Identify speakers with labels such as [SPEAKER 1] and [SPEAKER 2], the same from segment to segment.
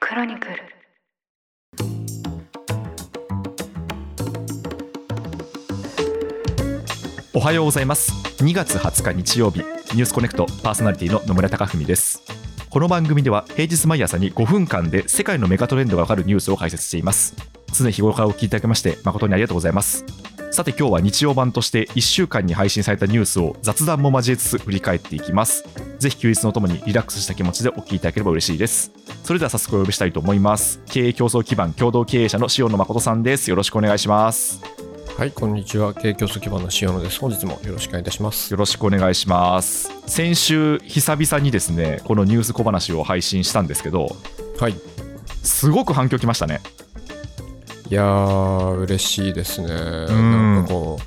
[SPEAKER 1] クロニクル
[SPEAKER 2] おはようございます2月20日日曜日ニュースコネクトパーソナリティの野村貴文ですこの番組では平日毎朝に5分間で世界のメガトレンドがわかるニュースを解説しています常日頃からお聞きいただきまして誠にありがとうございますさて今日は日曜版として1週間に配信されたニュースを雑談も交えつつ振り返っていきますぜひ休日のともにリラックスした気持ちでお聞きいただければ嬉しいですそれでは早速お呼びしたいと思います経営競争基盤共同経営者の塩野誠さんですよろしくお願いします
[SPEAKER 3] はい、こんにちは。経営教室基盤の塩野です。本日もよろしくお願いいたします。
[SPEAKER 2] よろしくお願いします先週久々にですねこのニュース小話を配信したんですけど
[SPEAKER 3] はい。い
[SPEAKER 2] すごく反響きましたね
[SPEAKER 3] やー、嬉しいですね。なんかこう、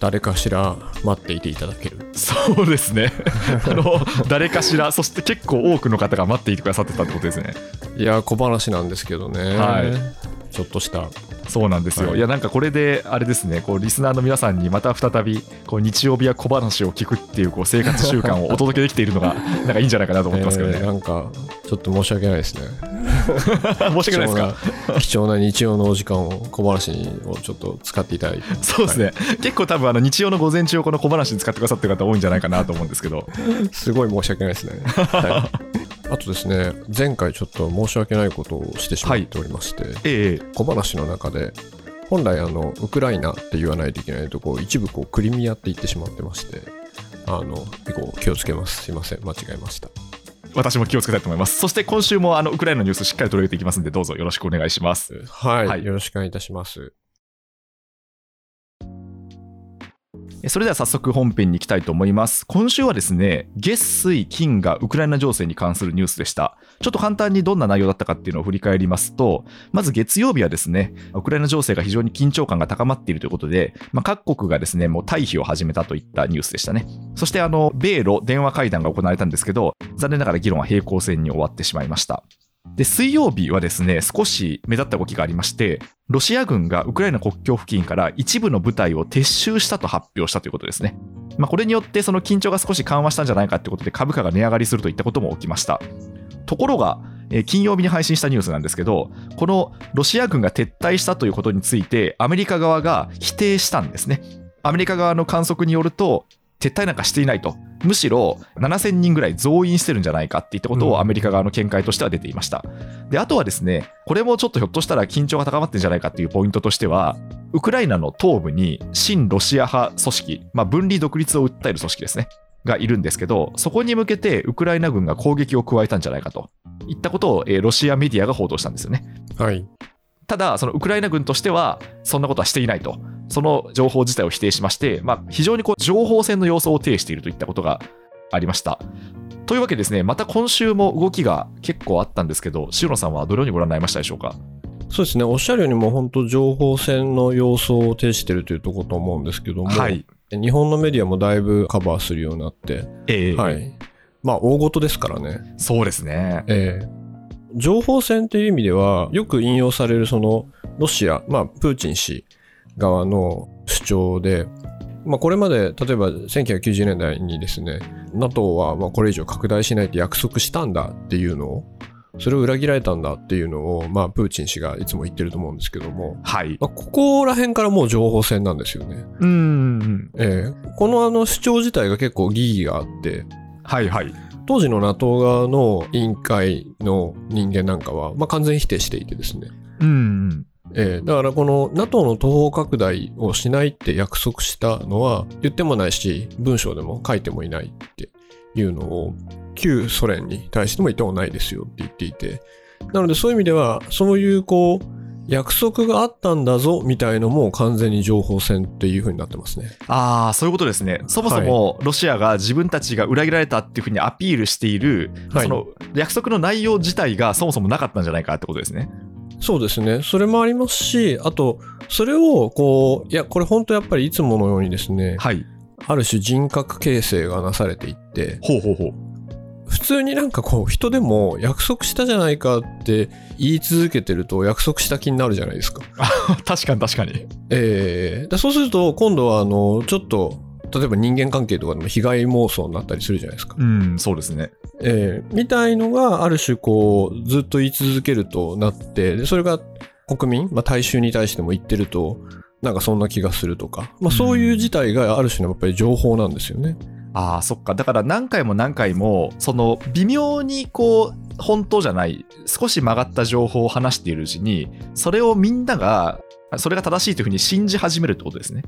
[SPEAKER 3] 誰かしら待っていていただける。
[SPEAKER 2] そうですねあの誰かしらそして結構多くの方が待っていてくださってたってことですね
[SPEAKER 3] いやー、小話なんですけどね。
[SPEAKER 2] はい
[SPEAKER 3] ちょっとした。
[SPEAKER 2] そうなんですよ、
[SPEAKER 3] はい
[SPEAKER 2] い、やなんかこれであれですねこうリスナーの皆さんにまた再びこう日曜日は小話を聞くっていうこう生活習慣をお届けできているのがなんかいいんじゃないかなと思ってますけど
[SPEAKER 3] えー
[SPEAKER 2] ね、
[SPEAKER 3] なんか、ちょっと申し訳ないですね。
[SPEAKER 2] 申し訳ないですか
[SPEAKER 3] 貴重な貴重な 日曜のお時間を小話をちょっと使っていた だいて。
[SPEAKER 2] そうですね、結構多分あの日曜の午前中をこの小話に使ってくださってる方多いんじゃないかなと思うんですけど
[SPEAKER 3] すごい申し訳ないですね。はい、あとですね、前回ちょっと申し訳ないことをしてしまっておりまして、
[SPEAKER 2] ええ
[SPEAKER 3] 小話の中で本来あのウクライナって言わないといけないとこを一部こうクリミアって言ってしまってましてあの以降気をつけますすいません間違えました
[SPEAKER 2] 私も気をつけたいと思います。そして今週もあのウクライナのニュースしっかり取り上げていきますので、どうぞよろしくお願いします。
[SPEAKER 3] はい、
[SPEAKER 2] はい
[SPEAKER 3] よろしくお願いいたします
[SPEAKER 2] えそれでは早速本編に行きたいと思います。今週はですね、月水金がウクライナ情勢に関するニュースでした。ちょっと簡単にどんな内容だったかっていうのを振り返りますと、まず月曜日はですね、ウクライナ情勢が非常に緊張感が高まっているということで、まあ、各国がですね、もう退避を始めたといったニュースでしたね。そしてあの、米ロ電話会談が行われたんですけど、残念ながら議論は平行線に終わってしまいました。で水曜日はですね少し目立った動きがありましてロシア軍がウクライナ国境付近から一部の部隊を撤収したと発表したということですね、まあ、これによってその緊張が少し緩和したんじゃないかということで株価が値上がりするといったことも起きましたところがえー金曜日に配信したニュースなんですけどこのロシア軍が撤退したということについてアメリカ側が否定したんですねアメリカ側の観測によると撤退なんかしていないとむしろ7000人ぐらい増員してるんじゃないかっていったこと
[SPEAKER 3] うん
[SPEAKER 2] をアメリカ側の見解としては出ていました、であとはですねこれもちょっとひょっとしたら緊張が高まってるんじゃないかっていうポイントとしてはウクライナの東部に親ロシア派組織、まあ、分離独立を訴える組織ですねがいるんですけどそこに向けてウクライナ軍が攻撃を加えたんじゃないかといったことを、えーロシアメディアが報道したんですよね
[SPEAKER 3] はい
[SPEAKER 2] ただそのウクライナ軍としてはそんなことはしていないとその情報自体を否定しまして、まあ、非常にこう情報戦の様相を呈しているといったことがありましたというわけでですねまた今週も動きが結構あったんですけど塩野さんはどのようにご覧になりましたでしょうか
[SPEAKER 3] そうですねおっしゃるようにもう本当情報戦の様相を呈してるというところと思うんですけども、
[SPEAKER 2] はい
[SPEAKER 3] 日本のメディアもだいぶカバーするようになって、
[SPEAKER 2] ええ
[SPEAKER 3] はいまあ大事ですからね
[SPEAKER 2] そうですね
[SPEAKER 3] ええ情報戦という意味ではよく引用されるそのロシア、まあ、プーチン氏側の主張で、まあ、これまで例えば1990年代にですね NATO はまあこれ以上拡大しないって約束したんだっていうのをそれを裏切られたんだっていうのを、まあ、プーチン氏がいつも言ってると思うんですけども、
[SPEAKER 2] はい
[SPEAKER 3] まあ、ここら辺からもう情報戦なんですよね。
[SPEAKER 2] うーん
[SPEAKER 3] ええこのあの主張自体が結構疑義があって、
[SPEAKER 2] はいはい
[SPEAKER 3] 当時の NATO 側の委員会の人間なんかは、まあ、完全否定していてですね、
[SPEAKER 2] うん
[SPEAKER 3] えーだからこの NATO の東方拡大をしないって約束したのは言ってもないし文章でも書いてもいないっていうのを旧ソ連に対しても言ってもないですよって言っていてなのでそういう意味ではそういうこう約束があったんだぞみたいのも完全に情報戦っていう風になってますね。
[SPEAKER 2] ああそういうことですねそもそもロシアが自分たちが裏切られたっていうふうにアピールしている、
[SPEAKER 3] はい
[SPEAKER 2] その約束の内容自体がそもそもなかったんじゃないかってことですね
[SPEAKER 3] そうですね。それもありますし、あと、それを、こう、いや、これ本当やっぱりいつものようにですね、
[SPEAKER 2] はい
[SPEAKER 3] ある種人格形成がなされていって、
[SPEAKER 2] ほうほうほう
[SPEAKER 3] 普通になんかこう、人でも約束したじゃないかって言い続けてると約束した気になるじゃないですか。
[SPEAKER 2] 確かに確かに
[SPEAKER 3] えーだそうすると、今度は、あの、ちょっと、例えば人間関係とかでも被害妄想になったりするじゃないですか。
[SPEAKER 2] うん、そうですね。
[SPEAKER 3] えーみたいのがある種こうずっと言い続けるとなってでそれが国民、まあ、大衆に対しても言ってるとなんかそんな気がするとか、まあ、そういう事態がある種のやっぱり情報なんですよね。
[SPEAKER 2] ああ、そっか。だから何回も何回も、その微妙にこう、本当じゃない、少し曲がった情報を話しているうちに、それをみんなが、それが正しいというふうに信じ始めるってことですね。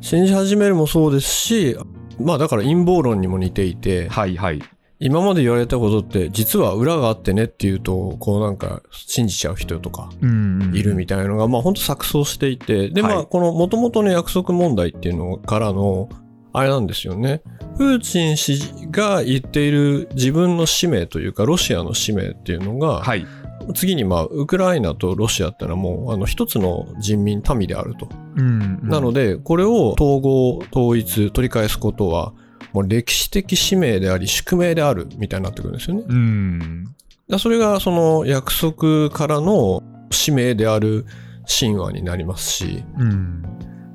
[SPEAKER 3] 信じ始めるもそうですしまあだから陰謀論にも似ていて
[SPEAKER 2] はいはい。
[SPEAKER 3] 今まで言われたことって実は裏があってねっていうとこうなんか信じちゃう人とか
[SPEAKER 2] うん
[SPEAKER 3] いるみたいなのが、まあ、本当錯綜していて、で、ま
[SPEAKER 2] は
[SPEAKER 3] あ、
[SPEAKER 2] い
[SPEAKER 3] この元々の約束問題っていうのからの、あれなんですよね。プーチン氏が言っている自分の使命というか、ロシアの使命っていうのが、
[SPEAKER 2] はい。
[SPEAKER 3] 次に、まあ、ウクライナとロシアってのはもう、あの、一つの人民、民であると。
[SPEAKER 2] うん
[SPEAKER 3] なので、これを統合、統一、取り返すことは、もう歴史的使命であり、宿命である、みたいになってくるんですよね。
[SPEAKER 2] うん。
[SPEAKER 3] だそれがその約束からの使命である神話になりますし
[SPEAKER 2] うん。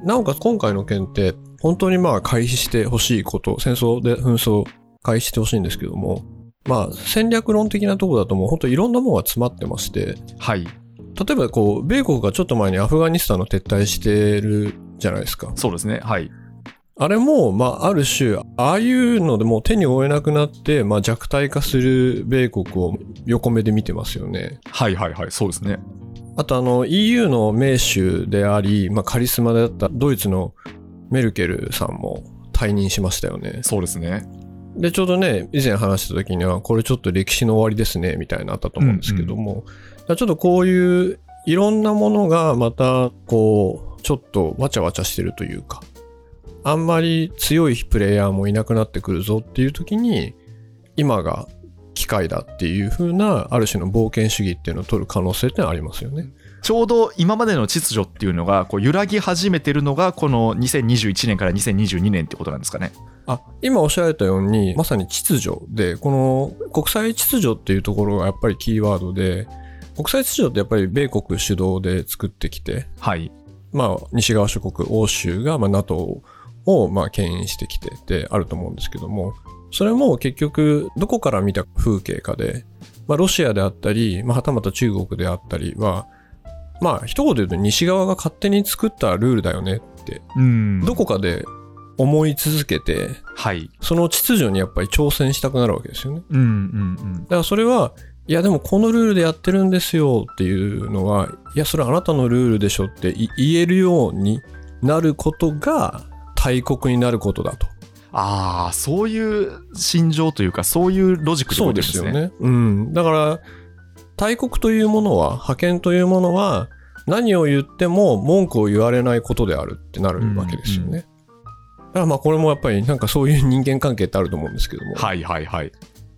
[SPEAKER 3] なおかつ今回の件って本当にまあ回避してほしいこと戦争で紛争を回避してほしいんですけどもまあ戦略論的なところだともう本当いろんなものが詰まってまして
[SPEAKER 2] はい。
[SPEAKER 3] 例えばこう米国がちょっと前にアフガニスタンの撤退してるじゃないですか
[SPEAKER 2] そうですね。はい。
[SPEAKER 3] あれも、まあ、ある種、ああいうのでもう手に負えなくなって、まあ、弱体化する米国を横目で見てますよね。
[SPEAKER 2] はいはいはい。そうですね。
[SPEAKER 3] あとあの EU の盟主であり、まあ、カリスマであったドイツのメルケルさんも退任しましたよね。
[SPEAKER 2] そうですね。
[SPEAKER 3] で、ちょうどね、以前話した時には、これちょっと歴史の終わりですね、みたいなのあったと思うんですけども、だからちょっとこういういろんなものがまた、こう、ちょっとわちゃわちゃしてるというか、あんまり強いプレイヤーもいなくなってくるぞっていう時に、今が機会だっていう風な、ある種の冒険主義っていうのを取る可能性ってのはありますよね。
[SPEAKER 2] ちょうど今までの秩序っていうのがこう揺らぎ始めてるのがこの2021年から2022年ってことなんですかね。
[SPEAKER 3] あ今おっしゃられたようにまさに秩序でこの国際秩序っていうところがやっぱりキーワードで国際秩序ってやっぱり米国主導で作ってきて、
[SPEAKER 2] はい。
[SPEAKER 3] まあ、西側諸国欧州が、まあ、NATO をまあ牽引してきてってあると思うんですけどもそれも結局どこから見た風景かで、まあ、ロシアであったり、まあ、はたまた中国であったりはまあ一言で言うと西側が勝手に作ったルールだよねって
[SPEAKER 2] うん
[SPEAKER 3] どこかで思い続けて
[SPEAKER 2] はい。
[SPEAKER 3] その秩序にやっぱり挑戦したくなるわけですよね。
[SPEAKER 2] うんうん
[SPEAKER 3] だからそれは、いやでもこのルールでやってるんですよっていうのは、いやそれあなたのルールでしょってい言えるようになることが大国になることだと。
[SPEAKER 2] ああ、そういう心情というか、そういうロジックってことですね。
[SPEAKER 3] ね。うん。だから、大国というものは、覇権というものは、何を言っても文句を言われないことであるってなるわけですよね。だからまあこれもやっぱりなんかそういう人間関係ってあると思うんですけども。
[SPEAKER 2] はいはいはい。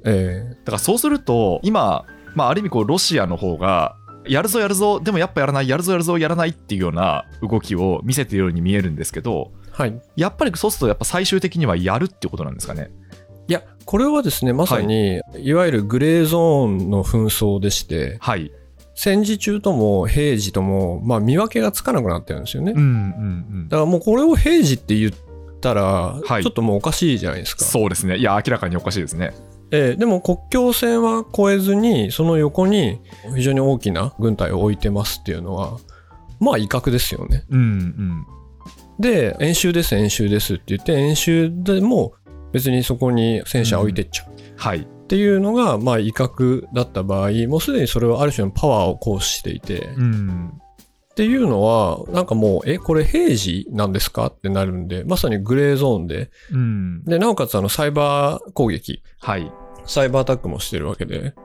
[SPEAKER 3] ええ
[SPEAKER 2] だからそうすると、今、まあ、ある意味こうロシアの方が、やるぞやるぞ、でもやっぱやらない、やるぞやるぞ、やらないっていうような動きを見せているように見えるんですけど、
[SPEAKER 3] はい。
[SPEAKER 2] やっぱりそうすると、やっぱ最終的にはやるってことなんですかね。
[SPEAKER 3] いや、これはですね、まさに、い、わゆるグレーゾーンの紛争でして、
[SPEAKER 2] はい。
[SPEAKER 3] 戦時中とも平時とも、まあ、見分けがつかなくなってるんですよね。だ
[SPEAKER 2] んうん。
[SPEAKER 3] からもうこれを平時って言ったら、
[SPEAKER 2] はい
[SPEAKER 3] ちょっともうおかしいじゃないですか。
[SPEAKER 2] そうですね。いや、明らかにおかしいですね。
[SPEAKER 3] ええでも国境線は越えずに、その横に非常に大きな軍隊を置いてますっていうのは、まあ威嚇ですよね。
[SPEAKER 2] うん
[SPEAKER 3] で、演習です、演習ですって言って、演習でも別にそこに戦車置いてっちゃう。
[SPEAKER 2] うん。はい。
[SPEAKER 3] っていうのが、まあ、威嚇だった場合、もうすでにそれはある種のパワーを行使していて、っ
[SPEAKER 2] ん。
[SPEAKER 3] ていうのは、なんかもう、え、これ平時なんですかってなるんで、まさにグレーゾーンで、
[SPEAKER 2] うん。
[SPEAKER 3] で、なおかつあの、サイバー攻撃、
[SPEAKER 2] はい。
[SPEAKER 3] サイバーアタックもしてるわけで、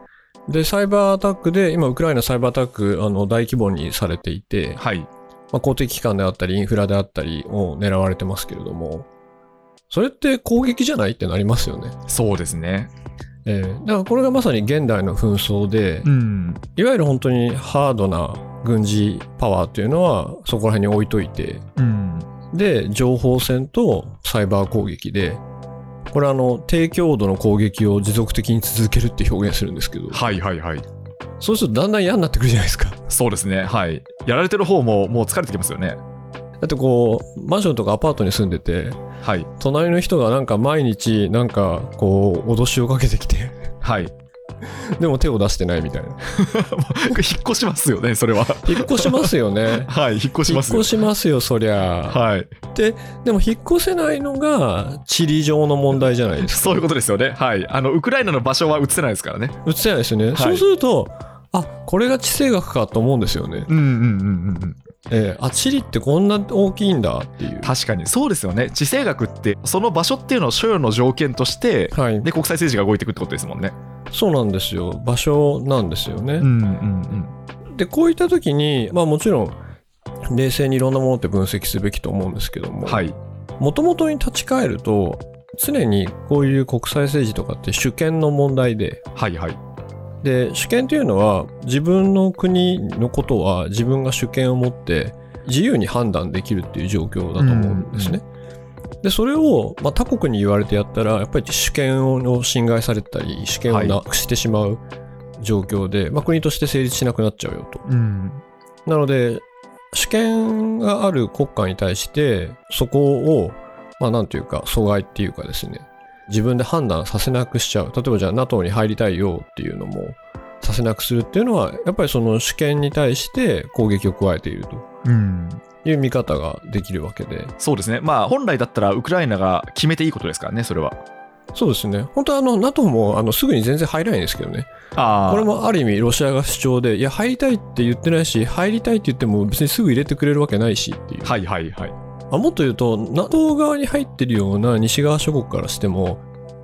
[SPEAKER 3] で、サイバーアタックで、今、ウクライナサイバーアタック、あの、大規模にされていて、
[SPEAKER 2] はい。
[SPEAKER 3] まあ、公的機関であったり、インフラであったりを狙われてますけれども、それって攻撃じゃないってなりますよね。
[SPEAKER 2] そうですね。
[SPEAKER 3] えーだからこれがまさに現代の紛争で、
[SPEAKER 2] ん。
[SPEAKER 3] いわゆる本当にハードな軍事パワーっていうのはそこら辺に置いといて、
[SPEAKER 2] うん。
[SPEAKER 3] で、情報戦とサイバー攻撃で、これあの、低強度の攻撃を持続的に続けるって表現するんですけど、
[SPEAKER 2] はいはいはい。
[SPEAKER 3] そうするとだんだん嫌になってくるじゃないですか。
[SPEAKER 2] そうですね。はい。やられてる方ももう疲れてきますよね。
[SPEAKER 3] だってこう、マンションとかアパートに住んでて、
[SPEAKER 2] はい。
[SPEAKER 3] 隣の人がなんか毎日なんかこう脅しをかけてきて
[SPEAKER 2] はい。
[SPEAKER 3] でも手を出してないみたいな
[SPEAKER 2] 引っ越しますよね、それは。
[SPEAKER 3] 引っ越しますよね
[SPEAKER 2] はい、 引っ越し
[SPEAKER 3] 引っ
[SPEAKER 2] ます
[SPEAKER 3] 越しますよそりゃ、
[SPEAKER 2] はい。
[SPEAKER 3] でも引っ越せないのが地理上の問題じゃないですか
[SPEAKER 2] そういうことですよね。はい。あの、ウクライナの場所は映せないですからね。
[SPEAKER 3] 映せないですよね、
[SPEAKER 2] い
[SPEAKER 3] そうするとあこれが地政学かと思うんですよね、
[SPEAKER 2] うんうんうんうんうん。
[SPEAKER 3] ええあ地理ってこんな大きいんだっていう
[SPEAKER 2] 確かに。そうですよね。地政学って、その場所っていうのを所有の条件として、
[SPEAKER 3] はい
[SPEAKER 2] で、国際政治が動いていくってことですもんね。
[SPEAKER 3] そうなんですよ場所なんですよね、
[SPEAKER 2] んうん
[SPEAKER 3] でこういった時にまあもちろん冷静にいろんなものって分析すべきと思うんですけども、
[SPEAKER 2] はい。
[SPEAKER 3] 元々に立ち返ると常にこういう国際政治とかって主権の問題で
[SPEAKER 2] はいはい。
[SPEAKER 3] で主権というのは自分の国のことは自分が主権を持って自由に判断できるっていう状況だと思うんですね。でそれを、まあ、他国に言われてやったらやっぱり主権を侵害されたり主権をなくしてしまう状況で、まあ、国として成立しなくなっちゃうよと。
[SPEAKER 2] うん。
[SPEAKER 3] なので、主権がある国家に対して、そこを、まあなんていうか、阻害っていうかですね、自分で判断させなくしちゃう。例えばじゃあ NATO に入りたいよっていうのも、させなくするっていうのは、やっぱりその主権に対して攻撃を加えていると
[SPEAKER 2] うん。
[SPEAKER 3] いう見方ができるわけで。
[SPEAKER 2] そうですね。まあ、本来だったらウクライナが決めていいことですからね、それは。
[SPEAKER 3] そうですね。本当はあの NATO もあのすぐに全然入らないんですけどね。
[SPEAKER 2] あ
[SPEAKER 3] これもある意味ロシアが主張で、いや入りたいって言ってないし、入りたいって言っても別にすぐ入れてくれるわけないしっていう。
[SPEAKER 2] はいはいはい。
[SPEAKER 3] あもっと言うと NATO 側に入ってるような西側諸国からしても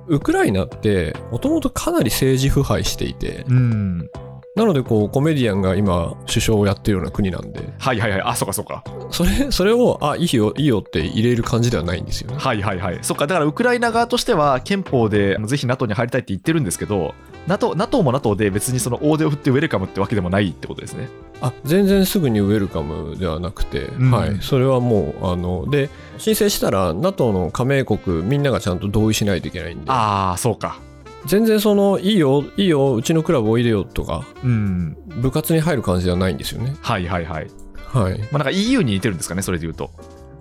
[SPEAKER 3] ウクライナってもともとかなり政治腐敗していて
[SPEAKER 2] うん。
[SPEAKER 3] なのでこうコメディアンが今首相をやってるような国なんで
[SPEAKER 2] はいはいはい。あ、そうかそうか。
[SPEAKER 3] それそれをあいいよいいよって入れる感じではないんですよね。
[SPEAKER 2] はいはいはい。そっか、だからウクライナ側としては憲法でぜひ NATO に入りたいって言ってるんですけど、NATO, NATO も NATO で別にその大手を振ってウェルカムってわけでもないってことですね。
[SPEAKER 3] あ全然すぐにウェルカムではなくて、
[SPEAKER 2] ん
[SPEAKER 3] はい、それはもうあので申請したら NATO の加盟国みんながちゃんと同意しないといけないんで
[SPEAKER 2] ああ、そうか。
[SPEAKER 3] 全然そのいいよいいようちのクラブおいでよとか
[SPEAKER 2] うん。
[SPEAKER 3] 部活に入る感じではないんですよね。
[SPEAKER 2] はいはいはい。
[SPEAKER 3] はい
[SPEAKER 2] まあなんか EU に似てるんですかね、それで言うと。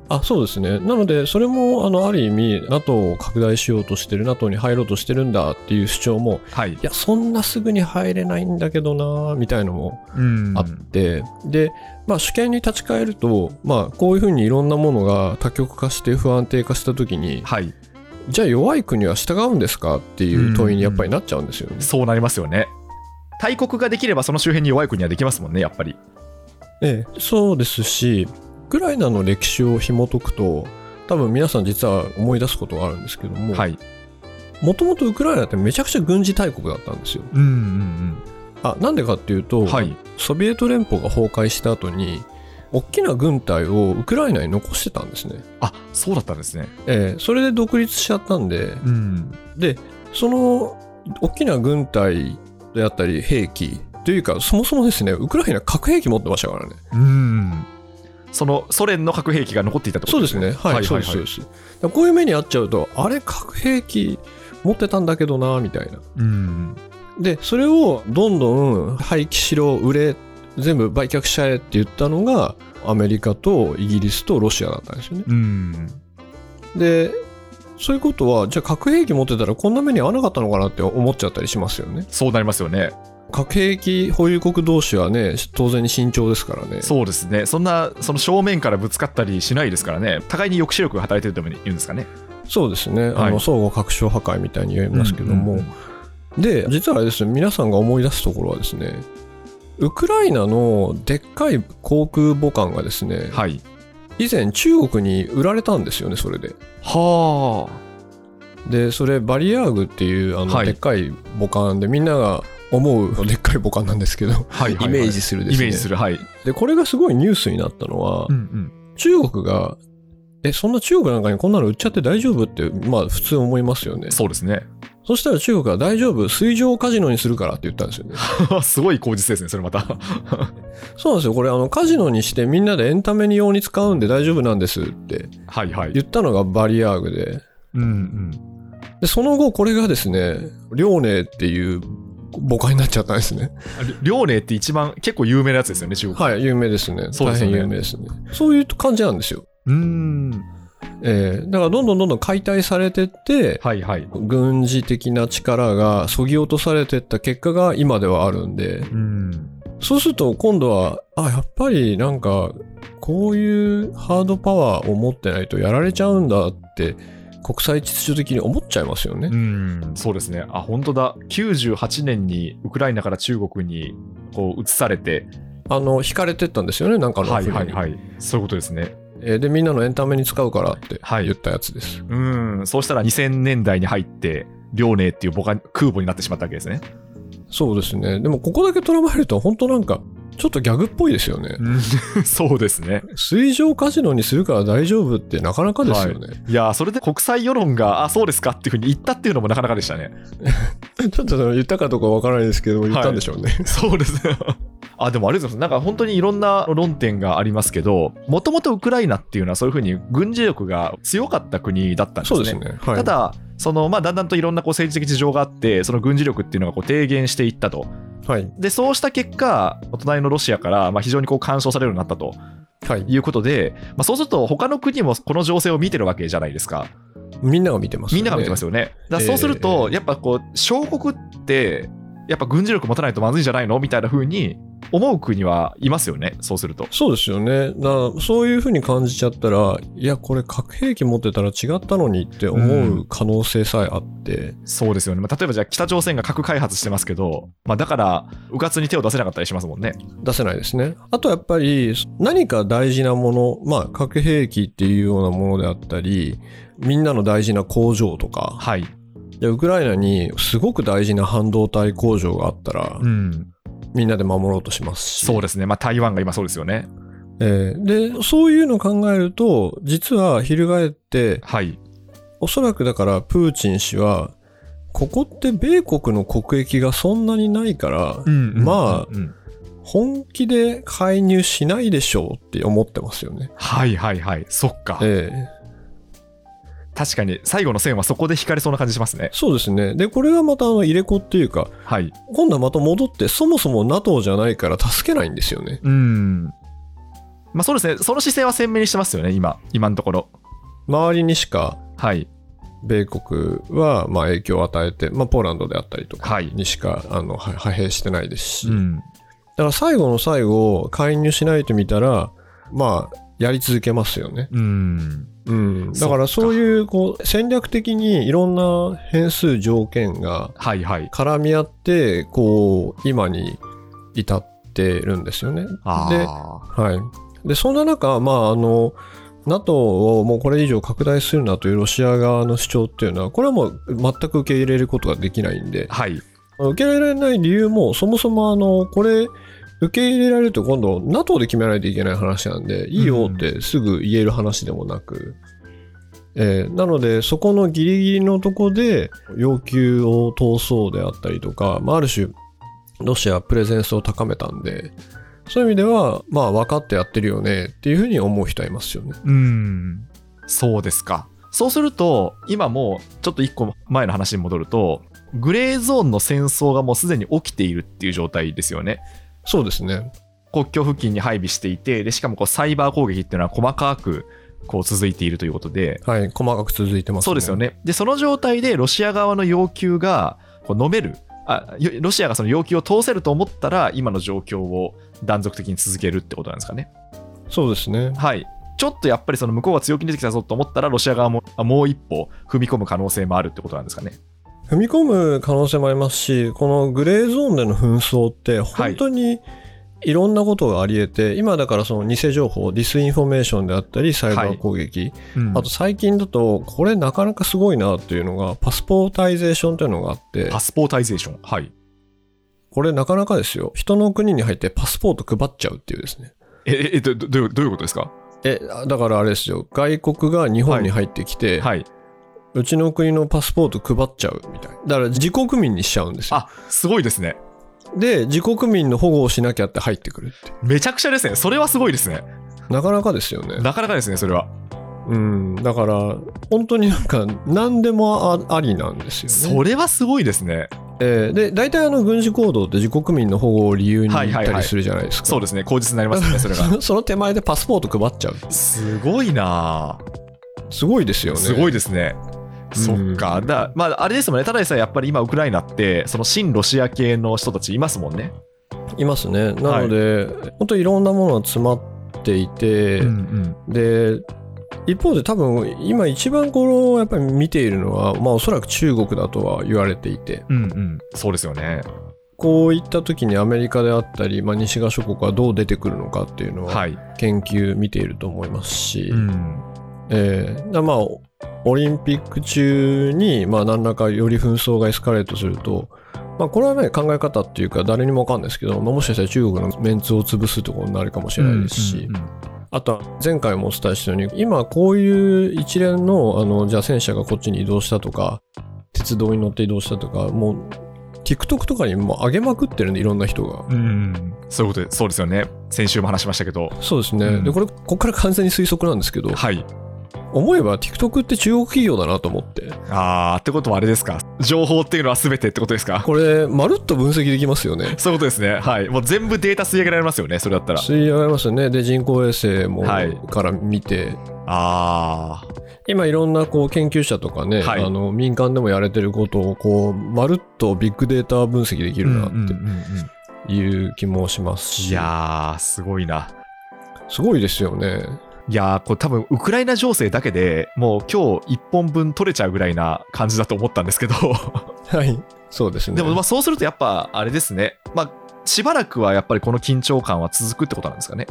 [SPEAKER 3] あそうですね、なので、それもあのある意味、NATO を拡大しようとしてる、NATO に入ろうとしてるんだっていう主張も、
[SPEAKER 2] はい
[SPEAKER 3] い。や、そんなすぐに入れないんだけどなみたいのも
[SPEAKER 2] うん
[SPEAKER 3] あって、で、まあ、主権に立ち返ると、まあ、こういうふうにいろんなものが多極化して不安定化したときに、
[SPEAKER 2] はい。
[SPEAKER 3] じゃあ、弱い国は従うんですかっていう問いにやっぱりなっちゃうんですよね。
[SPEAKER 2] そうなりますよね。大国ができればその周辺に弱い国はできますもんね、やっぱり。
[SPEAKER 3] ええ、そうですし、ウクライナの歴史を紐解くと、多分皆さん実は思い出すことがあるんですけども、
[SPEAKER 2] はい。
[SPEAKER 3] もともとウクライナってめちゃくちゃ軍事大国だったんですよ。
[SPEAKER 2] うんうん
[SPEAKER 3] あなんでかっていうと、
[SPEAKER 2] はい。
[SPEAKER 3] ソビエト連邦が崩壊した後に大きな軍隊をウクライナに残してたんですね。
[SPEAKER 2] あそうだったんですね。
[SPEAKER 3] えーそれで独立しちゃったんで
[SPEAKER 2] うん。
[SPEAKER 3] でその大きな軍隊であったり兵器というかそもそもですねウクライナ核兵器持ってましたからね。
[SPEAKER 2] うん。そのソ連の核兵器が残っていたってこ
[SPEAKER 3] そ
[SPEAKER 2] と
[SPEAKER 3] うですねはい、そうですそうです。だからこういう目に遭っちゃうとあれ核兵器持ってたんだけどなみたいな。
[SPEAKER 2] うん。
[SPEAKER 3] でそれをどんどん廃棄しろ売れ全部売却しちゃえって言ったのがアメリカとイギリスとロシアだったんですよね
[SPEAKER 2] うん。
[SPEAKER 3] でそういうことはじゃあ核兵器持ってたらこんな目に遭わなかったのかなって思っちゃったりしますよね
[SPEAKER 2] そうなりますよね。
[SPEAKER 3] 核兵器保有国同士はね当然に慎重ですからね
[SPEAKER 2] そうですね。そんな、その正面からぶつかったりしないですからね。互いに抑止力が働いてるために言うんですかね。
[SPEAKER 3] そうですね、あ
[SPEAKER 2] は
[SPEAKER 3] の
[SPEAKER 2] い
[SPEAKER 3] 相互確証破壊みたいに言いますけども、
[SPEAKER 2] うんうん
[SPEAKER 3] で実はあれですね皆さんが思い出すところはですねウクライナのでっかい航空母艦がですね、
[SPEAKER 2] はい。
[SPEAKER 3] 以前中国に売られたんですよねそれで
[SPEAKER 2] はあ。
[SPEAKER 3] でそれバリアーグっていうあの
[SPEAKER 2] はい
[SPEAKER 3] でっかい母艦で、みんなが思うで っかい母艦なんですけど、
[SPEAKER 2] はいはいはい
[SPEAKER 3] イメージするですね
[SPEAKER 2] イメージする。はい。
[SPEAKER 3] でこれがすごいニュースになったのは、
[SPEAKER 2] ん。
[SPEAKER 3] 中国がえそんな中国なんかにこんなの売っちゃって大丈夫ってまあ普通思いますよね
[SPEAKER 2] そうですね。
[SPEAKER 3] そしたら中国が大丈夫水上カジノにするからって言ったん ですよね
[SPEAKER 2] すごい口実ですね、それまた。
[SPEAKER 3] そうなんですよこれあのカジノにしてみんなでエンタメに用に使うんで大丈夫なんですって
[SPEAKER 2] はいはい。
[SPEAKER 3] 言ったのがバリアーグで
[SPEAKER 2] うんうん。
[SPEAKER 3] で、その後、これがですね、遼寧っていう母艦になっちゃったんですね。
[SPEAKER 2] あり遼寧って一番結構有名なやつですよね、中国。
[SPEAKER 3] はい、有名ですね。
[SPEAKER 2] そうですよね
[SPEAKER 3] 大変有名ですね。そういう感じなんですよ。
[SPEAKER 2] うーん。
[SPEAKER 3] えーだからどんどんどんどん解体されてって、
[SPEAKER 2] はいはい。
[SPEAKER 3] 軍事的な力がそぎ落とされてった結果が今ではあるんで、
[SPEAKER 2] うん。
[SPEAKER 3] そうすると今度は、あ、やっぱりなんか、こういうハードパワーを持ってないとやられちゃうんだって、国際秩序的に思っちゃいますよね。
[SPEAKER 2] うん、そうですね。あ、本当だ。98年にウクライナから中国にこう移されて、
[SPEAKER 3] あの、引かれてったんですよね、なんかの
[SPEAKER 2] はい
[SPEAKER 3] 船に。
[SPEAKER 2] はいはい。そういうことですね。
[SPEAKER 3] えーで、みんなのエンタメに使うからって
[SPEAKER 2] はい
[SPEAKER 3] 言ったやつです。
[SPEAKER 2] うん、そうしたら2000年代に入って、遼寧っていう母艦空母になってしまったわけですね。
[SPEAKER 3] そうですね。でもここだけ捉まえると、本当なんか、ちょっとギャグっぽいですよね。
[SPEAKER 2] そうですね。
[SPEAKER 3] 水上カジノにするから大丈夫ってなかなかですよね。
[SPEAKER 2] いやー、それで国際世論が、あ、そうですかっていうふうに言ったっていうのもなかなかでしたね。
[SPEAKER 3] ちょっとその言ったかどうかわからないですけど、言ったんでしょうね。
[SPEAKER 2] そうですね。あでもあれですよなんか本当にいろんな論点がありますけど、もともとウクライナっていうのはそういうふうに軍事力が強かった国だったんですね。
[SPEAKER 3] そうですね。はい。
[SPEAKER 2] ただ、そのまあ、だんだんといろんなこう政治的事情があって、その軍事力っていうのがこう低減していったと。
[SPEAKER 3] はい。
[SPEAKER 2] で、そうした結果、お隣のロシアからまあ非常にこう干渉されるようになったと
[SPEAKER 3] はい。
[SPEAKER 2] いうことで、まあ、そうすると、他の国もこの情勢を見てるわけじゃないですか。
[SPEAKER 3] みんなが見てます、ね。
[SPEAKER 2] みんなが見てますよね。だからそうすると、やっぱこう、小国って、やっぱ軍事力持たないとまずいんじゃないのみたいな風に思う国はいますよね、そうすると。
[SPEAKER 3] そうですよね。だからそういうふうに感じちゃったら、いや、これ核兵器持ってたら違ったのにって思う可能性さえあって、
[SPEAKER 2] そうですよね。まあ、例えばじゃあ、北朝鮮が核開発してますけど、まあ、だから、うかつに手を出せなかったりしますもんね。
[SPEAKER 3] 出せないですね。あとやっぱり、何か大事なもの、まあ、核兵器っていうようなものであったり、みんなの大事な工場とか、
[SPEAKER 2] はい。
[SPEAKER 3] いやウクライナにすごく大事な半導体工場があったら、
[SPEAKER 2] うん。
[SPEAKER 3] みんなで守ろうとしますし。
[SPEAKER 2] そうですね。まあ、台湾が今そうですよね。
[SPEAKER 3] えーで、そういうのを考えると、実は翻って、
[SPEAKER 2] はい。
[SPEAKER 3] おそらくだからプーチン氏はここって米国の国益がそんなにないから
[SPEAKER 2] ん
[SPEAKER 3] まあ
[SPEAKER 2] うんうん
[SPEAKER 3] 本気で介入しないでしょうって思ってますよね。
[SPEAKER 2] はいはいはい。そっか。
[SPEAKER 3] ええ
[SPEAKER 2] 確かに、最後の線はそこで引かれそうな感じしますね。
[SPEAKER 3] そうですね。で、これがまたあの入れ子っていうか、
[SPEAKER 2] はい。
[SPEAKER 3] 今度はまた戻って、そもそも NATO じゃないから助けないんですよね。
[SPEAKER 2] うん。まあ、そうですね。その姿勢は鮮明にしてますよね、今。今のところ。
[SPEAKER 3] 周りにしか
[SPEAKER 2] はい。
[SPEAKER 3] 米国はまあ影響を与えて、まあ、ポーランドであったりとか
[SPEAKER 2] はい
[SPEAKER 3] にしかあのは派兵してないですし、
[SPEAKER 2] うん、
[SPEAKER 3] だから最後の最後、介入しないと見たら、まあ、やり続けますよね。
[SPEAKER 2] うん、
[SPEAKER 3] うん、
[SPEAKER 2] そ
[SPEAKER 3] だ
[SPEAKER 2] っか
[SPEAKER 3] からそういうこう戦略的にいろんな変数条件が
[SPEAKER 2] はいはい。
[SPEAKER 3] 絡み合ってこう今に至ってるんですよね。で,、は
[SPEAKER 2] あ
[SPEAKER 3] い、でそんな中、まあ、あの NATO をもうこれ以上拡大するなというロシア側の主張っていうのはこれはもう全く受け入れることができないんで
[SPEAKER 2] ーはい。
[SPEAKER 3] 受け入れられない理由もそもそもあのこれ受け入れられると今度 NATO で決めないといけない話なんでいいよってすぐ言える話でもなく、えーなのでそこのギリギリのとこで要求を通そうであったりとか、まあ、ある種ロシアはプレゼンスを高めたんでそういう意味ではまあ分かってやってるよねっていうふうに思う人はいますよね。
[SPEAKER 2] うん、そうですか。そうすると、今もうちょっと一個前の話に戻ると、グレーゾーンの戦争がもうすでに起きているっていう状態ですよね。
[SPEAKER 3] そうですね。
[SPEAKER 2] 国境付近に配備していて、でしかもこうサイバー攻撃っていうのは細かくこう続いているということで、
[SPEAKER 3] はい。細かく続いてますね。
[SPEAKER 2] そうですよ。ね。で、その状態でロシア側の要求がこう飲めるあ、よロシアがその要求を通せると思ったら、今の状況を断続的に続けるってことなんですかね。
[SPEAKER 3] そうですね。
[SPEAKER 2] はい、ちょっとやっぱりその向こうが強気に出てきたぞと思ったら、ロシア側もあもう一歩踏み込む可能性もあるってことなんですかね。
[SPEAKER 3] 踏み込む可能性もありますしこのグレーゾーンでの紛争って本当にいろんなことがあり得て、今だからその偽情報ディスインフォメーションであったりサイバー攻撃、
[SPEAKER 2] うん
[SPEAKER 3] あと最近だとこれなかなかすごいなっていうのがパスポータイゼーションというのがあって
[SPEAKER 2] パスポータイゼーション。はい、
[SPEAKER 3] これなかなかですよ人の国に入ってパスポート配っちゃうっていうですね
[SPEAKER 2] えええどどどういうどういうことですか
[SPEAKER 3] えあだからあれですよ外国が日本に入ってきて、
[SPEAKER 2] はい、
[SPEAKER 3] うちの国のパスポート配っちゃうみたいなだから自国民にしちゃうんですよ
[SPEAKER 2] あすごいですね。
[SPEAKER 3] で自国民の保護をしなきゃって入ってくるって
[SPEAKER 2] めちゃくちゃですね。それはすごいですね。
[SPEAKER 3] なかなかですよね
[SPEAKER 2] なかなかですね、それは。
[SPEAKER 3] うん、だから本当になんか何でもあありなんですよね。
[SPEAKER 2] それはすごいですね。
[SPEAKER 3] えーで大体あの軍事行動って自国民の保護を理由に
[SPEAKER 2] は
[SPEAKER 3] 言
[SPEAKER 2] いは
[SPEAKER 3] っ
[SPEAKER 2] い
[SPEAKER 3] た
[SPEAKER 2] はい
[SPEAKER 3] りするじゃないですか。
[SPEAKER 2] そうです ね、口実になりますよね、それが。
[SPEAKER 3] その手前でパスポート配っちゃう。
[SPEAKER 2] すごいなあ
[SPEAKER 3] すごいですよね。
[SPEAKER 2] すごいですね。そっか、
[SPEAKER 3] うん
[SPEAKER 2] だまあ、あれですもんね、ただでさえやっぱり今、ウクライナって、その親ロシア系の人たちいますもんね。
[SPEAKER 3] いますね。なので、本当いろんなものが詰まっていて、
[SPEAKER 2] ん
[SPEAKER 3] で、一方で多分今一番このやっぱり見ているのは、まあおそらく中国だとは言われていて、
[SPEAKER 2] うん、うんうん、そうですよね。
[SPEAKER 3] こういった時にアメリカであったり、まあ西側諸国はどう出てくるのかっていうのは
[SPEAKER 2] はい。
[SPEAKER 3] 研究見ていると思いますし、
[SPEAKER 2] ん、
[SPEAKER 3] えーだまあオオリンピック中に、まあ、何らかより紛争がエスカレートすると、まあ、これはね考え方っていうか誰にも分かんないですけど、まあ、もしかしたら中国のメンツを潰すところになるかもしれないですし、
[SPEAKER 2] うんうんうん
[SPEAKER 3] あとは前回もお伝えしたように今こういう一連のあのじゃあ戦車がこっちに移動したとか鉄道に乗って移動したとかもう TikTok とかにもう上げまくってるんでいろんな人が。
[SPEAKER 2] うんうん、そういうことで、そうですよね。先週も話しましたけど。
[SPEAKER 3] そうですね、
[SPEAKER 2] うん
[SPEAKER 3] でこれここから完全に推測なんですけど
[SPEAKER 2] はい。
[SPEAKER 3] 思えば TikTok って中国企業だなと思って
[SPEAKER 2] あー、ってことはあれですか。情報っていうのは全てってことですか。
[SPEAKER 3] これまるっと分析できますよね。
[SPEAKER 2] そういうことですね。はい。もう全部データ吸い上げられますよね、それだったら。
[SPEAKER 3] 吸い上がりますよね。で人工衛星も
[SPEAKER 2] はい
[SPEAKER 3] から見て、
[SPEAKER 2] あ
[SPEAKER 3] 今いろんなこう研究者とかね、
[SPEAKER 2] はい
[SPEAKER 3] あの民間でもやれてることをこうまるっとビッグデータ分析でき
[SPEAKER 2] ー。
[SPEAKER 3] る
[SPEAKER 2] うん
[SPEAKER 3] な
[SPEAKER 2] うんうんうん
[SPEAKER 3] っていう気もしますし、
[SPEAKER 2] いやー、すごいな。
[SPEAKER 3] すごいですよね。
[SPEAKER 2] いやー、これ多分、ウクライナ情勢だけでもう今日1本分取れちゃうぐらいな感じだと思ったん ですけど、
[SPEAKER 3] はい、そうですね。
[SPEAKER 2] でもまあそうするとやっぱ、あれですね。まあしばらくはやっぱりこの緊張感は続くってことなんですかね。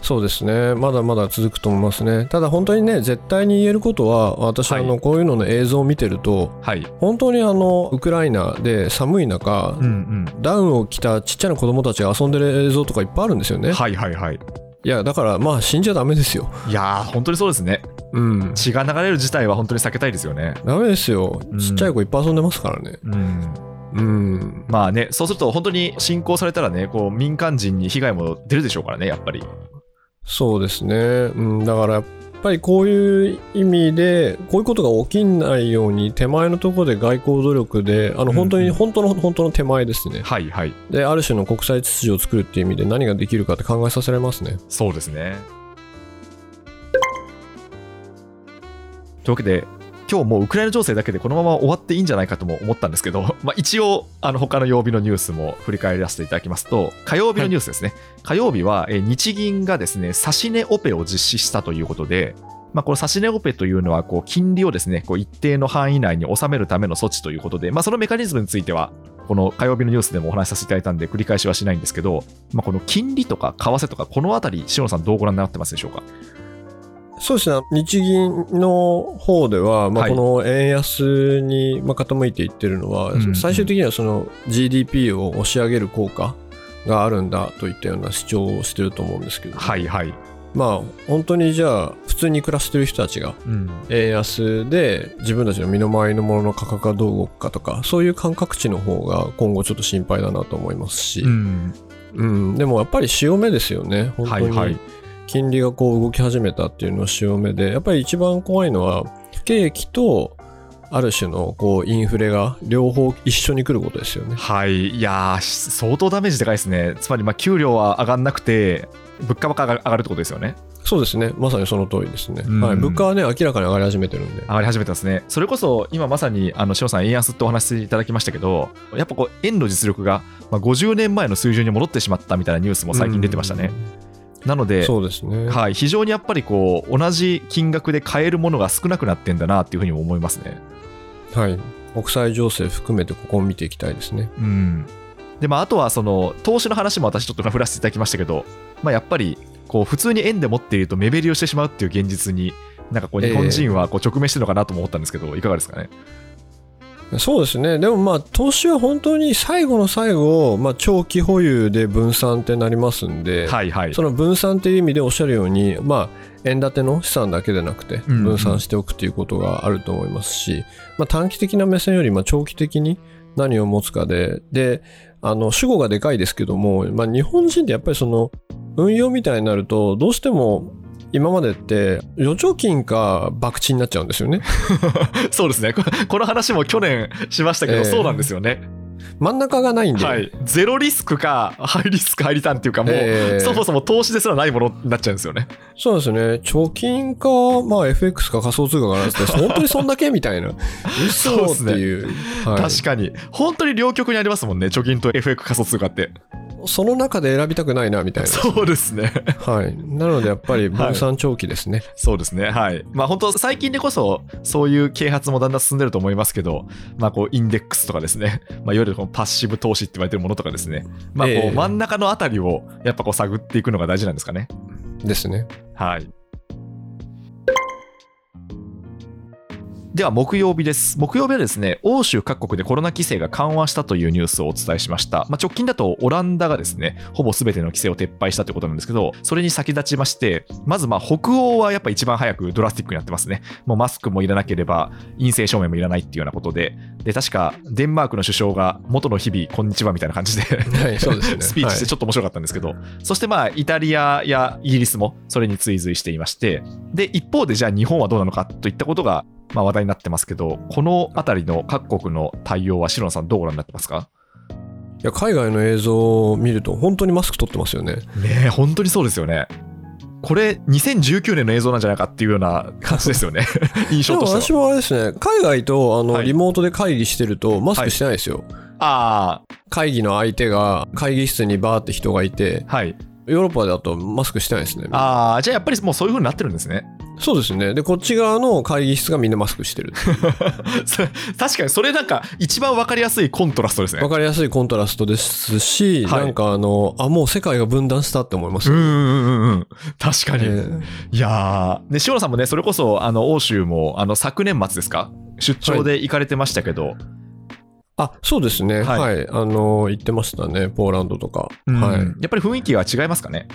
[SPEAKER 3] そうですね、まだまだ続くと思いますね。ただ本当にね、絶対に言えることは、私、
[SPEAKER 2] はい
[SPEAKER 3] あのこういうのの映像を見てると、
[SPEAKER 2] はい。
[SPEAKER 3] 本当にあのウクライナで寒い中、
[SPEAKER 2] ん
[SPEAKER 3] ダウンを着たちっちゃな子供たちが遊んでる映像とかいっぱいあるんですよね。
[SPEAKER 2] はいはいはい。
[SPEAKER 3] いや、だからまあ死んじゃダメですよ。
[SPEAKER 2] いやー、本当にそうですね。
[SPEAKER 3] うん。
[SPEAKER 2] 血が流れる事態は本当に避けたいですよね。
[SPEAKER 3] ダメですよ
[SPEAKER 2] う。ん
[SPEAKER 3] ちっちゃい子いっぱい遊んでますからね。
[SPEAKER 2] うん、
[SPEAKER 3] うん。
[SPEAKER 2] まあね、そうすると本当に侵攻されたらね、こう民間人に被害も出るでしょうからね、やっぱり。
[SPEAKER 3] そうですね。うん。だからやっぱりこういう意味で、こういうことが起きないように手前のところで外交努力で、あの本当
[SPEAKER 2] うん
[SPEAKER 3] に、
[SPEAKER 2] うん
[SPEAKER 3] 本当の本当の手前ですね。
[SPEAKER 2] はいはい、
[SPEAKER 3] で、ある種の国際秩序を作るっていう意味で何ができるかって考えさせられますね。
[SPEAKER 2] そうですね。というわけで、今日もうウクライナ情勢だけでこのまま終わっていいんじゃないかとも思ったんですけど、 まあ、一応、あの他の曜日のニュースも振り返らせていただきますと、火曜日のニュースですね、火曜日はえー日銀がですね指値オペを実施したということで、まあ、この指値オペというのはこう金利をですねこう一定の範囲内に収めるための措置ということで、まあ、そのメカニズムについては、この火曜日のニュースでもお話しさせていただいたんで、繰り返しはしないんですけど、まあ、この金利とか為替とか、このあたり、塩野さん、どうご覧になってますでしょうか。
[SPEAKER 3] そうですね。日銀の方では、ま
[SPEAKER 2] は
[SPEAKER 3] あ、
[SPEAKER 2] い
[SPEAKER 3] この円安にまあ傾いていってるのは、
[SPEAKER 2] うんうん
[SPEAKER 3] 最終的にはその GDP を押し上げる効果があるんだといったような主張をしてると思うんですけど、
[SPEAKER 2] はいはい。
[SPEAKER 3] まあ、本当にじゃあ普通に暮らしてる人たちが
[SPEAKER 2] うん、
[SPEAKER 3] 円安で自分たちの身の回りのものの価格がどう動くかとかそういう感覚値の方が今後ちょっと心配だなと思いますし、
[SPEAKER 2] うん、
[SPEAKER 3] うん、でもやっぱり潮目ですよね、本当
[SPEAKER 2] はいはい
[SPEAKER 3] に金利がこう動き始めたっていうのは潮目で、やっぱり一番怖いのは、景気とある種のこうインフレが両方一緒に来ることですよね。
[SPEAKER 2] はい、いやー、し相当ダメージでかいですね。つまり、まあ給料は上がんなくて、物価ばっか上が上がるってことですよね。
[SPEAKER 3] そうですね、まさにその通りですね。
[SPEAKER 2] うん
[SPEAKER 3] はい、物価はね、明らかに上がり始めてるんで。
[SPEAKER 2] 上がり始めてますね。それこそ今まさにあの塩さん円安ってお話しいただきましたけど、やっぱこう円の実力がまあ50年前の水準に戻ってしまったみたいなニュースも最近出てましたね。なの
[SPEAKER 3] うん。
[SPEAKER 2] で、
[SPEAKER 3] そうですね。
[SPEAKER 2] はい、非常にやっぱりこう同じ金額で買えるものが少なくなってんだなっていうふうにも思いますね。
[SPEAKER 3] はい。国際情勢含めてここを見ていきたいですね。
[SPEAKER 2] うん。で、まあ、あとはその投資の話も私ちょっと振らせていただきましたけど、まあ、やっぱりこう普通に円で持っていると目減りをしてしまうっていう現実に、なんかこう日本人はこう直面してるのかなとも思ったんですけど、いかがですかね。
[SPEAKER 3] そうですね。でもまあ、投資は本当に最後の最後、まあ、長期保有で分散ってなりますんで、
[SPEAKER 2] はいはい。
[SPEAKER 3] その分散という意味でおっしゃるように、まあ、円建ての資産だけでなくて
[SPEAKER 2] うんうん
[SPEAKER 3] 分散しておくということがあると思いますし、まあ、短期的な目線よりまあ長期的に何を持つかでであの主語がでかいですけども、まあ、日本人ってやっぱりその運用みたいになるとどうしても今までって預貯金か博打 になっちゃうんですよね。
[SPEAKER 2] そうですねこ、この話も去年しましたけど、
[SPEAKER 3] ええ
[SPEAKER 2] そうなんですよね。
[SPEAKER 3] 真ん中がないんで、
[SPEAKER 2] はい、ゼロリスクかハイリスクハイリターンっていうかもう、
[SPEAKER 3] えー
[SPEAKER 2] そもそも投資ですらないものになっちゃうんですよね。
[SPEAKER 3] そうですね、貯金か、まあ、FX か仮想通貨かなんですけ ど、本当にそんだけみたいな、嘘っていう、はい
[SPEAKER 2] 確かに。本当に両極にありますもんね。貯金と FX 仮想通貨って。
[SPEAKER 3] その中で選びたくないなみたい
[SPEAKER 2] そうですね。
[SPEAKER 3] な、はい、なのでやっぱり分散長期ですね。
[SPEAKER 2] そうですね。はい。まあ本当最近でこそそういう啓発もだんだん進んでると思いますけど、まあこうインデックスとかですね、まあいわゆるこのパッシブ投資って言われてるものとかですね、まあこ
[SPEAKER 3] ええ
[SPEAKER 2] う真ん中のあたりをやっぱこう探っていくのが大事なんですかね。
[SPEAKER 3] ですね。
[SPEAKER 2] はい。では木曜日です。木曜日はですね、欧州各国でコロナ規制が緩和したというニュースをお伝えしました。まあ、直近だとオランダがですね、ほぼ全ての規制を撤廃したということなんですけど、それに先立ちまして、まずまあ北欧はやっぱ一番早くドラスティックになってますね。もうマスクもいらなければ、陰性証明もいらないっていうようなことで、で、確かデンマークの首相が元の日々、こんにちはみたいな感じで、
[SPEAKER 3] はい、そうですね。
[SPEAKER 2] スピーチしてちょっと面白かったんですけど、そしてまあイタリアやイギリスもそれに追随していましてで一方でじゃあ日本はどうなのかといったことがまあ話題になってますけどこの辺りの各国の対応はシロンさんどうご覧になってますか
[SPEAKER 3] はいいや海外の映像を見ると、本当にマスク取ってますよね。
[SPEAKER 2] ねえ本当にそうですよねこれ2019年の映像なんじゃないかっていうような感じですよ ね印
[SPEAKER 3] で
[SPEAKER 2] 象
[SPEAKER 3] も
[SPEAKER 2] として
[SPEAKER 3] 私もあれですね、海外とあの、
[SPEAKER 2] はい
[SPEAKER 3] リモートで会議してると、マスクしてないですよ。
[SPEAKER 2] はあ
[SPEAKER 3] 会議の相手が、会議室にバーって人がいて、
[SPEAKER 2] あはい
[SPEAKER 3] ヨーロッパだとマスクしてないですね。
[SPEAKER 2] ああじゃあやっぱりもうそういう風になってるんですね
[SPEAKER 3] そうですね。で、こっち側の会議室がみんなマスクしてる。
[SPEAKER 2] そ確かにそれなんか一番分かりやすいコントラストですね
[SPEAKER 3] わかりやすいコントラストですし、
[SPEAKER 2] はい
[SPEAKER 3] なんかあの、あ、もう世界が分断したって思いま
[SPEAKER 2] う
[SPEAKER 3] す。
[SPEAKER 2] んうんうんうん確か
[SPEAKER 3] え
[SPEAKER 2] に、
[SPEAKER 3] ー
[SPEAKER 2] いやー、で、塩野さんもね、それこそ、あの、欧州も、あの、昨年末ですか出張で行かれてましたけど、
[SPEAKER 3] あ、そうですね。
[SPEAKER 2] は
[SPEAKER 3] はいい、あの、言ってましたね。ポーランドとか。
[SPEAKER 2] うん
[SPEAKER 3] はい。
[SPEAKER 2] やっぱり雰囲気は違いますかね。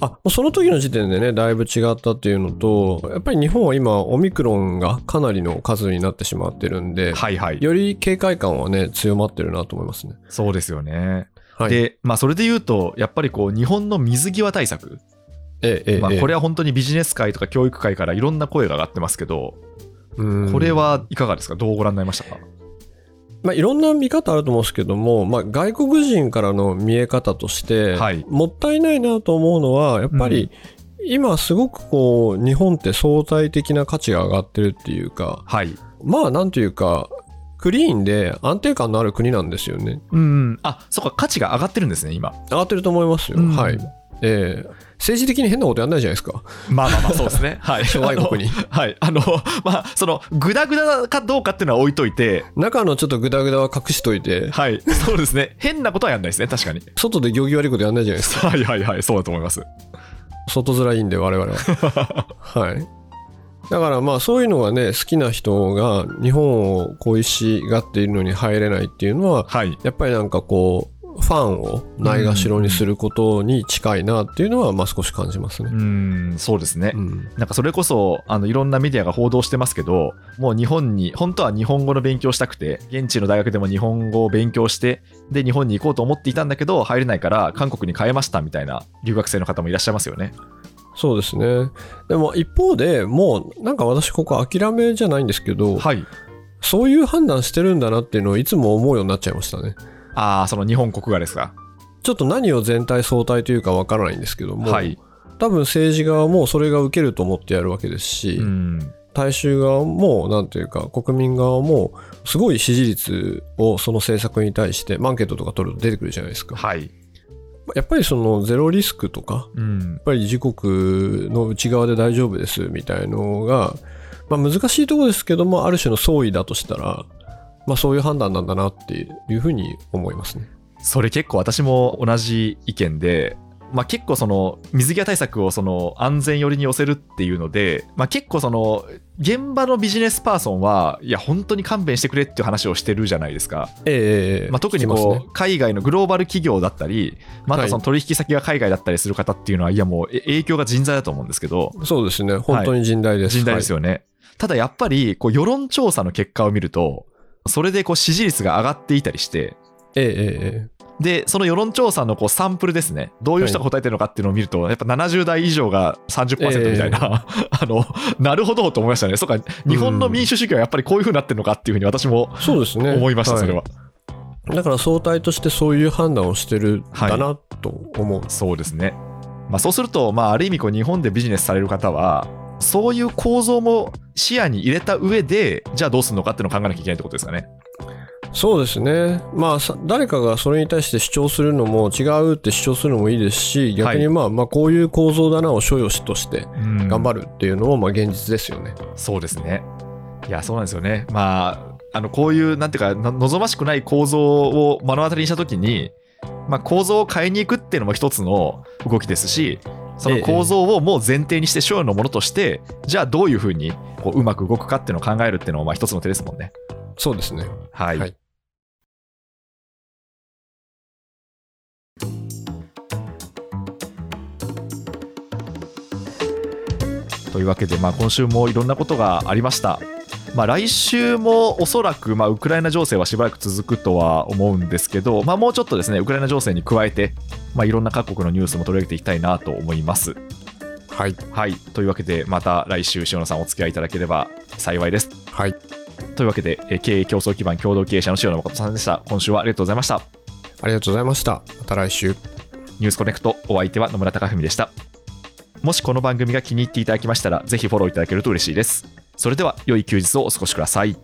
[SPEAKER 3] あ、もうその時の時点でね、だいぶ違ったっていうのと、やっぱり日本は今、オミクロンがかなりの数になってしまってるんで、
[SPEAKER 2] はいはい。
[SPEAKER 3] より警戒感はね、強まってるなと思いますね。
[SPEAKER 2] そうですよね。
[SPEAKER 3] はい。え
[SPEAKER 2] で、まあ、それで言うと、やっぱりこう、日本の水際対策、
[SPEAKER 3] え、ええ、
[SPEAKER 2] まあ、
[SPEAKER 3] ええ
[SPEAKER 2] これは本当にビジネス界とか教育界からいろんな声が上がってますけど、
[SPEAKER 3] うん
[SPEAKER 2] これはいかがですかどうご覧になりましたか
[SPEAKER 3] まあ、いろんな見方あると思うんですけども、まあ、外国人からの見え方として、
[SPEAKER 2] はい
[SPEAKER 3] もったいないなと思うのはやっぱり、今すごくこう日本って相対的な価値が上がってるっていうか
[SPEAKER 2] はい。
[SPEAKER 3] まあなんというかクリーンで安定感のある国なんですよね
[SPEAKER 2] うん。あ、そっか、価値が上がってるんですね、今。
[SPEAKER 3] 上がってると思いますよ、
[SPEAKER 2] うん
[SPEAKER 3] はいええ政治的に変なことやんないじゃないで すか
[SPEAKER 2] まあまあまあ、そうですね。 はい。
[SPEAKER 3] 諸外国に
[SPEAKER 2] あのはい。あの、まあ、その、グダグダかどうかっていうのは置いといて、
[SPEAKER 3] 中のちょっとグダグダは隠しといて
[SPEAKER 2] はい、そうですね。変なことはやんないですね、確かに。
[SPEAKER 3] 外で行儀悪いことやんないじゃないですか
[SPEAKER 2] はいはいはい、そうだと思います。
[SPEAKER 3] 外面いいんで我々ははいだからまあそういうのがね好きな人が日本を恋しがっているのに入れないっていうのは
[SPEAKER 2] はい。
[SPEAKER 3] やっぱりなんかこうファンをないがしろにすることに近いなっていうのはまあ少し感じます
[SPEAKER 2] う
[SPEAKER 3] ね、
[SPEAKER 2] ーん、そうですね。
[SPEAKER 3] うん、
[SPEAKER 2] なんかそれこそあのいろんなメディアが報道してますけどもう日本に本当は日本語の勉強したくて現地の大学でも日本語を勉強してで日本に行こうと思っていたんだけど入れないから韓国に変えましたみたいな留学生の方もいらっしゃいますよね
[SPEAKER 3] そうですねでも一方でもうなんか私ここ諦めじゃないんですけど、
[SPEAKER 2] はい
[SPEAKER 3] そういう判断してるんだなっていうのをいつも思うようになっちゃいましたね
[SPEAKER 2] ああその日本国がですか
[SPEAKER 3] ちょっと何を全体総体というかわからないんですけども、
[SPEAKER 2] はい
[SPEAKER 3] 多分政治側もそれが受けると思ってやるわけですし、
[SPEAKER 2] うん
[SPEAKER 3] 大衆側もなんていうか国民側もすごい支持率をその政策に対してまあアンケートとか取ると出てくるじゃないですか
[SPEAKER 2] はい
[SPEAKER 3] やっぱりそのゼロリスクとか
[SPEAKER 2] う
[SPEAKER 3] や
[SPEAKER 2] ん
[SPEAKER 3] っぱり自国の内側で大丈夫ですみたいのが、まあ、難しいところですけどもある種の総意だとしたら、まあ、そういう判断なんだなっていうふうに思いますね。
[SPEAKER 2] それ結構私も同じ意見で、まあ、結構その水際対策をその安全寄りに寄せるっていうので、まあ、結構その現場のビジネスパーソンはいや本当に勘弁してくれっていう話をしてるじゃないですか、
[SPEAKER 3] ええ
[SPEAKER 2] まあ、特に
[SPEAKER 3] 聞き
[SPEAKER 2] こ
[SPEAKER 3] ますね
[SPEAKER 2] う海外のグローバル企業だったりまたその取引先が海外だったりする方っていうのはいやもうえ影響が人材だと思うんですけど
[SPEAKER 3] そうですね本当に甚大です。
[SPEAKER 2] 甚大です
[SPEAKER 3] よ、
[SPEAKER 2] よね、ただやっぱりこう世論調査の結果を見るとそれでこう支持率が上がっていたりして
[SPEAKER 3] ええええええ
[SPEAKER 2] で、その世論調査のこうサンプルですね、どういう人が答えてるのかっていうのを見ると、やっぱ70代以上が30%みたいな、 あのなるほどと思いましたね、そうか、日本の民主主義はやっぱりこういうふうになってるのかっていうふうに私も
[SPEAKER 3] そうですね
[SPEAKER 2] 思いました、それは。
[SPEAKER 3] いだから総体としてそういう判断をしてるんだなと思う、
[SPEAKER 2] そうですね。まあ、そうすると、まあ、ある意味こう日本でビジネスされる方は、そういう構造も視野に入れた上で、じゃあどうするのかっていうのを考えなきゃいけないってことですかね。
[SPEAKER 3] そうですねまあさ誰かがそれに対して主張するのも違うって主張するのもいいですし逆にまあ、まあこういう構造だなを所有しとして頑張
[SPEAKER 2] る。
[SPEAKER 3] るっていうのもまあ現実ですよね、
[SPEAKER 2] そうですね。いや、そうなんですよね。まあ、あのこういう、なんていうか、の望ましくない構造を目の当たりにしたときに、まあ、構造を変えに行くっていうのも一つの動きですし、その構造をもう前提にして、所有のものとして、じゃあどういうふうにこううまく動くかっていうのを考えるっていうのもまあ一つの手ですもんね。
[SPEAKER 3] そうですね
[SPEAKER 2] はい。
[SPEAKER 3] はい
[SPEAKER 2] というわけで、まあ、今週もいろんなことがありました。まあ、来週もおそらく、まあ、ウクライナ情勢はしばらく続くとは思うんですけど、まあ、もうちょっとですねウクライナ情勢に加えて、まあ、いろんな各国のニュースも取り上げていきたいなと思います。
[SPEAKER 3] はい
[SPEAKER 2] はい、というわけでまた来週塩野さんお付き合いいただければ幸いです。
[SPEAKER 3] はい
[SPEAKER 2] というわけで、えー経営競争基盤共同経営者の塩野誠さんでした。今週はありがとうございました。
[SPEAKER 3] ありがとうございましたまた来週
[SPEAKER 2] ニュースコネクト、お相手は野村貴文でした。もしこの番組が気に入っていただきましたら、ぜひフォローいただけると嬉しいです。それでは、良い休日をお過ごしください。